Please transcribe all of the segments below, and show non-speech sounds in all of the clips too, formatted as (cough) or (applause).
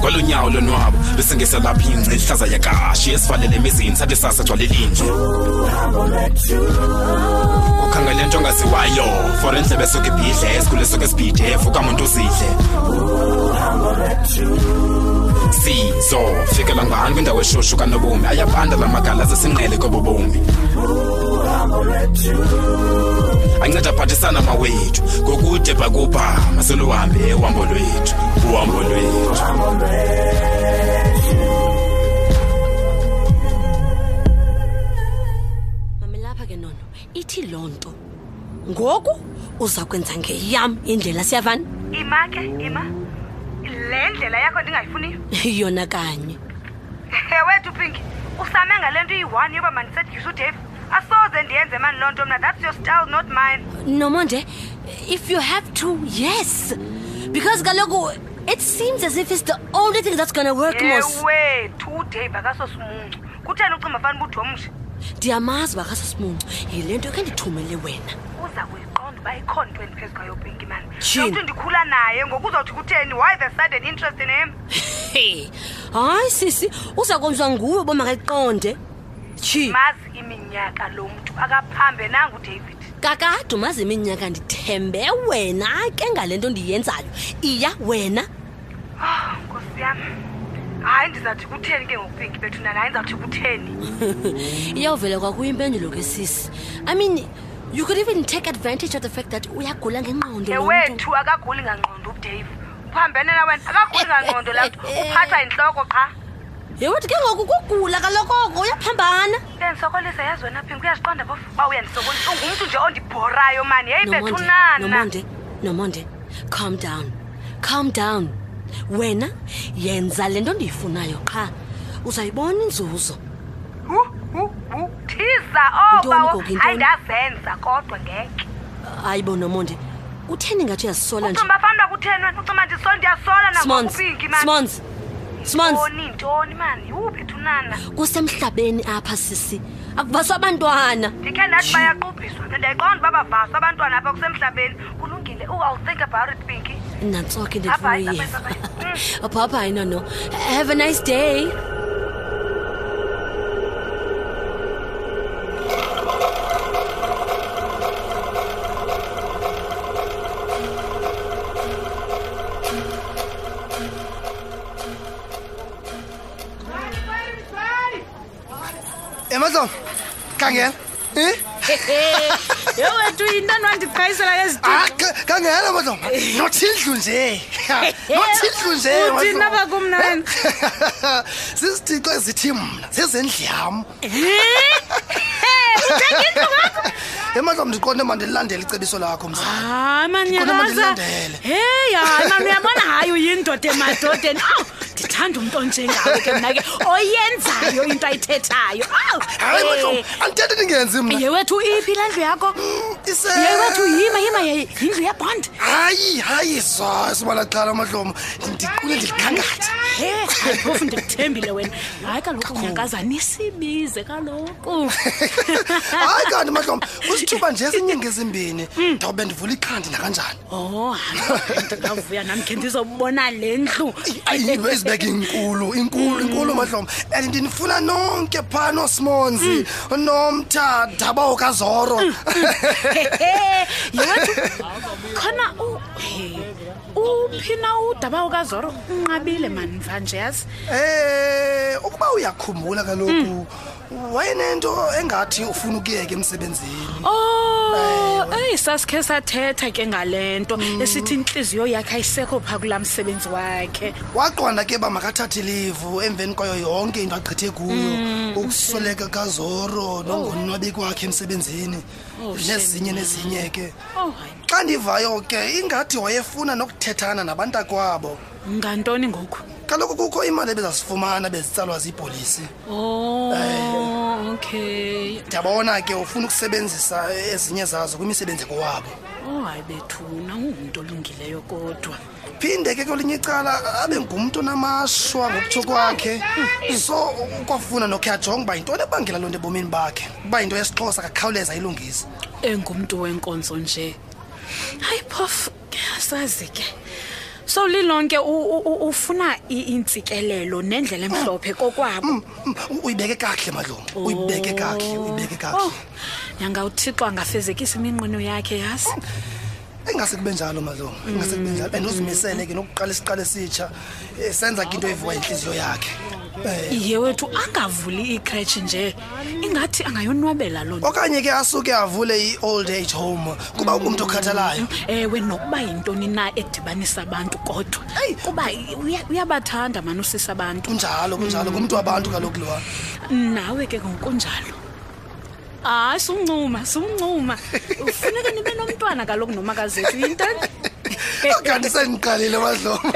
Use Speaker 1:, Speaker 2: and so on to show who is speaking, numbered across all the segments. Speaker 1: kwalonyawo lonwabo besingesa lapha ingci ihlaza yakashi esivalele emizini sathi sasa gcwale linje ukhangele nto ongaziwayo for endlebe esuke ibhidle esikhule esuke esibhidef ukamuntu uzidle sizo fikela ngani kwindawo eshushu kanobomi ayabanda la magala zesinqele kobobomi anceda aphathisana mawethu ngokude bhakubha maseluhambe uhambo lwethu uhambo lwethu
Speaker 2: mamelapha ke nono ithi loo nto ngoku uza kwenza ngeyam indlela siyavani (laughs)
Speaker 3: ima ke ima le ndlela yakho ndingayifuniyo
Speaker 2: yona kanye
Speaker 3: wethu pinki usame ngale nto iyi-one yoba mandisedikise udave asoze ndiyenze mani loo nto mna that's your style not mine
Speaker 2: nomonde if you have to yes because kaloku it seems as if it's the only thing that's gonna work mos
Speaker 3: ewethu udave akasosimungcu kutheni ucimba fana ubudomshe
Speaker 2: ndiyamazi uba kasosimungcu yile nto ke ndithumele wena
Speaker 3: uza kuyiqonda uba ikhona into endiphezu kwayo pinki mani
Speaker 2: Tshini.
Speaker 3: nokuthi ndikhula naye ngoku uzawuthi kutheni why the sudden interest in him
Speaker 2: Hey, hayi sisi uza kwenziwa nguwe uba makayiqonde tshi
Speaker 3: mazi iminyaka lo mntu akaphambe nanga udavid
Speaker 2: kakade umazi iminyaka ndithembe wena ke ngale nto ndiyenzayo iya wena
Speaker 3: Ah, nkosi yam hayi ndizawuthi kutheni ke ngokupinki bethu nanayi ndizawuthi kutheni
Speaker 2: (laughs) iyawuvela kwakuyo impendulo ke sisi i mean you could even take advantage of the fact that uyagula ngengqondo lo mntu.
Speaker 3: ewethu akaguli ngangqondo udave uphambene na wena akaguli ngangqondo la mntu uphathwa yintloko qha
Speaker 2: yewethu ke ngoku kugula kalokoko uyaphambana
Speaker 3: endisokolisa yazi wena pinki uyaziqonda bof uba uyandisokolisa ungumntu nje ondibhorayo mani yeyi bethu nana
Speaker 2: nomonde nomonde calm down calm down wena yenza le nto ndiyifunayo qha uzayibona inzuzo
Speaker 3: Hu, hu, hu. thiza
Speaker 2: Yintoni
Speaker 3: obawo
Speaker 2: Gogo, yintoni?
Speaker 3: hayi ndazenza kodwa ngeke
Speaker 2: hayi bo nomonde kutheni ngathi uyazisola nje
Speaker 3: ucimba fanuba kutheni wena ucimba ndiso ndiyasola
Speaker 2: smons
Speaker 3: nangokupinki mani
Speaker 2: smons smons
Speaker 3: ntoni ntoni mani yu bethu nana
Speaker 2: kusemhlabeni apha sisi akuvaswa abantwana
Speaker 3: ndikhe ndathi bayaqubhiswa mna ndayiqonda uba bavaswa abantwana apha kusemhlabeni kulungile ui'll think about it pinki
Speaker 2: nantso ke
Speaker 3: Apha, hayi,
Speaker 2: ndifunoyiva
Speaker 3: apha, apha,
Speaker 4: (laughs)
Speaker 3: Hmm. apha.
Speaker 4: Oh,
Speaker 2: apha hayi nono have a nice day
Speaker 5: emadlolo khangela Eh?
Speaker 4: (laughs) yho wethu yintoni wandiqhayisela
Speaker 5: Ah, kha- khangela madlolo nothi indlu
Speaker 4: (laughs)
Speaker 5: nje nothi indlu nje
Speaker 4: Uthini
Speaker 5: madlolo.
Speaker 4: apha kum
Speaker 5: (laughs)
Speaker 4: nani?
Speaker 5: zizithixo ezithi mna zezendlu yam
Speaker 4: (laughs)
Speaker 5: emadlolo ndiqonde mandilandela icebiso lakho mzala
Speaker 4: hayi
Speaker 5: Kunoba
Speaker 4: maniyalaza
Speaker 5: ndilandele.
Speaker 4: heyi hayi mani uyabona hayi uyindoda emadodeni awu ndithanda umntu onjengawe ke mna ke oyenzayo into ayithethayo awu
Speaker 5: hayi madlolo andithethe ndingenzi mna
Speaker 4: yewethu iphi le ndlu yakho
Speaker 5: Ise-
Speaker 4: yewethu yima yima ye- yindlu yebhond
Speaker 5: hayi hayi sa sibalaqala amadlomo ndiqule ndilikhangatha
Speaker 4: he hayi phofu ndikuthembile wena hayi kaloku unyakazanisibize kaloku
Speaker 5: hayi kanti madlomo kusithuba nje esinyinga ezimbini ndawube ndivula ikhandi nakanjani
Speaker 4: oh hayi ndingavuya nam khe ndizobona le ndlu
Speaker 5: ayibe izibeke inkulu inkulu inkulu madlomo and ndinifuna nonke phaa noosmonzi nomthadaba okazoro (laughs)
Speaker 4: yewethu khona u- he, uphi na udaba ukazoro unqabile manva nje yazi
Speaker 5: um ukuba uyakhumbula kaloku wayenento engathi ufuna ukuyeka emsebenzini
Speaker 4: o Oh, eyi sasikhe sathetha ke ngale nto esithi intliziyo yakhe ayisekho phaa kulaa msebenzi wakhe
Speaker 5: waqonda ke uba makathathe ilivu emveni kwayo yonke into agqithe kuyo
Speaker 4: Mm.
Speaker 5: ukusweleka kazoro nokunwabi kwakhe emsebenzini
Speaker 4: Oh, shame.
Speaker 5: nezinye nezinye ke
Speaker 4: ow Oh, hayi
Speaker 5: xa ndivayo ke ingathi wayefuna nokuthethana nabantakwabo
Speaker 4: ngantoni ngoku
Speaker 5: kaloku kukho imali ebezasifumana bezitsalwa ziipolisi
Speaker 4: o Oh, okay
Speaker 5: ndiyabona ke ufuna ukusebenzisa ezinye zazo kwimisebenzi kowabo
Speaker 4: o Oh, hayi bethuna ungumntu olungileyo kodwa
Speaker 5: phinde ke kwelinye icala abe ngumntu onamashwa ngokutsho kwakhe so kwafuna nokhe ajonge uba yintoni ebangela loo nto ebomini bakhe uba yinto yesixhosa kakhawuleza ilungise
Speaker 4: engumntu wenkonzo nje hayi phofu ke asazi ke
Speaker 6: so lilonke u- u- u- ufuna i- intsikelelo nendlela emhlophe kokwabo
Speaker 5: Mm, mm, u- uyibeke kakuhle madlomo uyibeke kakuhle uyibeke
Speaker 6: Oh,
Speaker 5: kakuhle
Speaker 6: nyanga uthixo angafezekisa iminqweno yakhe yasi
Speaker 5: ingase kube njalo madlomo ingase kube njalo and uzimisele ke nokuqala isiqalo esitsha eh, senza ke into evuwa intliziyo yakhe um
Speaker 6: iye wethu angavuli ikretshi nje ingathi angayonwabela loo nto
Speaker 5: okanye ke asuke avule i-old age home kuba umntu okhathalayo
Speaker 6: ewe nokuba yintoni na edibanisa abantu kodwa kuba uya- uyabathanda mani usisa abantu
Speaker 5: kunjalo kunjalo ngumntu wabantu kaloku lowa
Speaker 6: nawe ke ngokunjalo hayi sumncuma sumncuma ufuneka nibe nomntwana kaloku nomakazethu yintoni
Speaker 5: kanti sendiqalile madlomo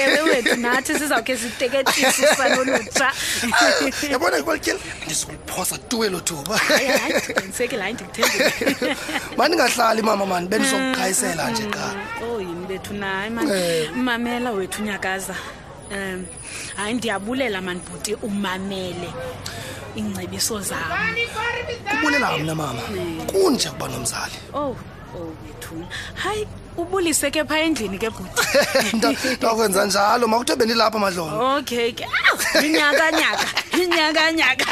Speaker 6: ewe wethu nathi sizawukhe siteketise usanolutsha
Speaker 5: (laughs) yabona ke kwalityeli ndizokuliphosa tu elo (laughs) thuba
Speaker 6: hayi hayi ndiqinisekile hayi ndikuthembile
Speaker 5: mandingahlali mama mani bendizokuqhayisela nje qa
Speaker 6: oh yini bethu nayi mani
Speaker 5: Eh.
Speaker 6: mamela wethu nyakaza um hayi ndiyabulela mani bhuti umamele iingcebiso zam
Speaker 5: kubulela mna mama kunje ukuba nomzali (laughs)
Speaker 6: ow ow Oh, wethu hayi ubulise ke phaa endlini ke bhuti
Speaker 5: Nda- ndakwenza njalo makuthiwe bendilapha madlomo
Speaker 6: okay ke
Speaker 4: Ah,
Speaker 6: Aw, yinyakanyaka yinyakanyaka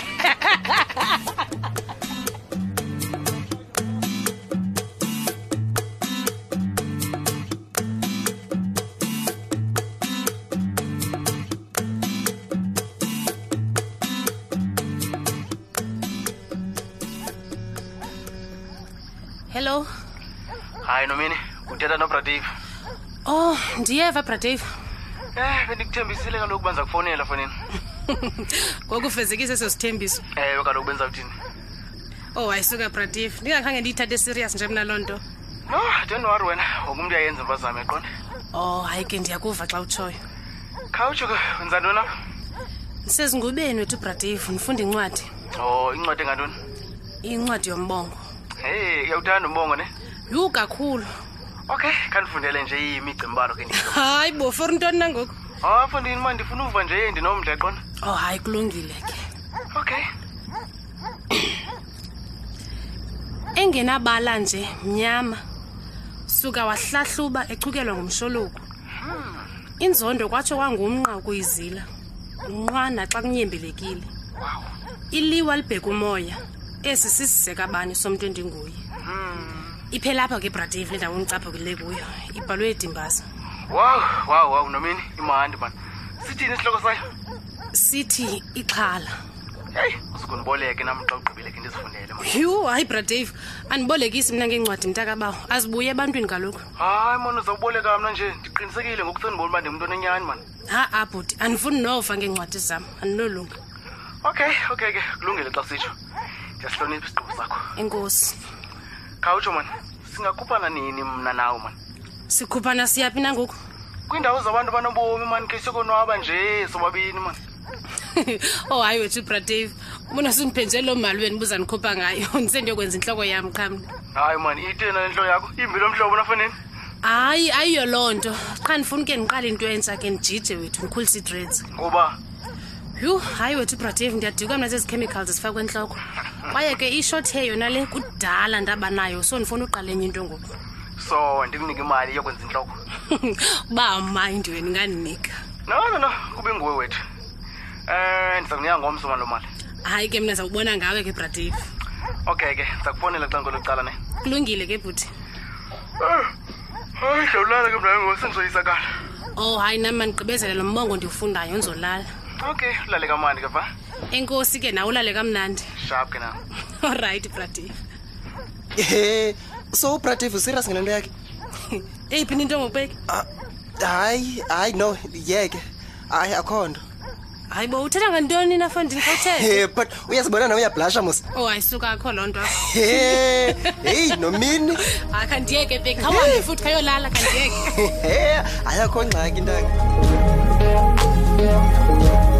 Speaker 4: hello
Speaker 7: hayi nomini uthetha nobradave
Speaker 4: oh ndiyeva bradave
Speaker 7: eh bendikuthembisile kaloku benza kufowunela fonini
Speaker 4: ngokufezekisa eso sithembiso
Speaker 7: ewe kaloku bendizawuthini
Speaker 4: oh ayisuka bradave ndingakhange ndiyithathe serious nje mna loo nto
Speaker 7: no denwari wena woke umntu uyayenza impazamo yaqonde
Speaker 4: oh hayi ke ndiyakuva xa utshoyo
Speaker 7: khawutsho ke wenza ntona
Speaker 4: ndisezingubeni wethu bradave ndifunda incwadi
Speaker 7: o Oh, incwadi engantoni
Speaker 4: incwadi yombongo
Speaker 7: heyi uyawuthanda umbongo ne
Speaker 4: yhu kakhulu
Speaker 7: okay khandifundele nje iyimigcimbalo ke ndi
Speaker 4: hayi bo for intoni nangoku
Speaker 7: o fondini ma ndifuna uva nje yendinomdla yaqonde
Speaker 4: oh hayi kulungile ke
Speaker 7: okay
Speaker 4: engenabala nje mnyama suka wahlahluba echukelwa ngumsholoku inzondo kwatsho kwangumnqa ukuyizila unqwana xa kunyembelekile iliwa libheka umoya esi sisizekabani somntu endinguye iphela apha ke bradave le ndawo ndicaphukileyo kuyo ibhalwe edimbaza
Speaker 7: waw waw waw nomini imandi mani sithini isihloko sayo
Speaker 4: sithi ixhala
Speaker 7: heyi usukundiboleke nam xa ugqibile ke ndizifundele man
Speaker 4: yhu hayi bradave andibolekisi mna ngeencwadi mntakabawo azibuye ebantwini kaloku
Speaker 7: hayi mani uzawuboleka mna nje ndiqinisekile ngoku sendibona uba ndingumntu onenyani mani
Speaker 4: ha-a bhuti andifuni nova ngeencwadi zam andinolunga
Speaker 7: okay okay ke kulungile xa usitsho ndiyasihlonipha isigqibo sakho
Speaker 4: enkosi
Speaker 7: khawutsho mani singakhuphana nini mna nawe mani
Speaker 4: sikhuphana siyaphi nangoku (laughs)
Speaker 7: kwiindawo zabantu banobomi mani ke siyokonwaba nje sobabini mani
Speaker 4: oh hayi wethu bradave bona sundiphenje loo mali wena ubuzandikhupha ngayo (laughs) ndisendiyokwenza intloko yam qhamna
Speaker 7: hayi mani itena intlo yakho imbilo mhlobo nafaneni
Speaker 4: hayi ayiyo loo nto qha ndifuna ke ndiqale into entsha ke ndijije wethu ndikhulise idreds
Speaker 7: ngoba
Speaker 4: yhu hayi wethu bradave ndiyadika mna zezi chemicals zifakwe entloko kwaye ke ishothe yona le kudala ndaba nayo so ndifuna uqale enye into ngoku (laughs)
Speaker 7: so ndikunike imali yokwenza intloko
Speaker 4: uba awumayindi wena ingandinika
Speaker 7: no no no kube nguwe wethu um ndiza kunika ngomso mani loo mali
Speaker 4: hayi ke mna zawubona ngawe ke bradave
Speaker 7: okay ke ndiza kufowunela xa ngelo cala ne Eh,
Speaker 4: kulungile ke bhuti
Speaker 7: hayi ndawulala ke mna ngoku sendizoyisakala
Speaker 4: oh hayi nam mandigqibezele lo mbongo ndiwufundayo ndizolala
Speaker 7: okay ulale kamandi ke va
Speaker 4: enkosi ke nawe ulale kamnandi (laughs)
Speaker 7: shap ke na
Speaker 4: olrayithi bradif
Speaker 5: ehe so ubradave userious ngale nto yakhe
Speaker 4: eyiphi ninto ngopeki
Speaker 5: Ah, hayi hayi no yeke hayi akho nto
Speaker 4: hayi bo uthetha ngantoni nafondini khawuthethe
Speaker 5: Eh, but uyazibona nawe uyabhlasha mos
Speaker 4: oh ayisuka akho loo nto (laughs)
Speaker 5: he heyi (laughs) nomini
Speaker 4: hayi khandiyeke peki khawuhambe futhi khayolala khandiyeke
Speaker 5: he hayi akho ngxaki intaka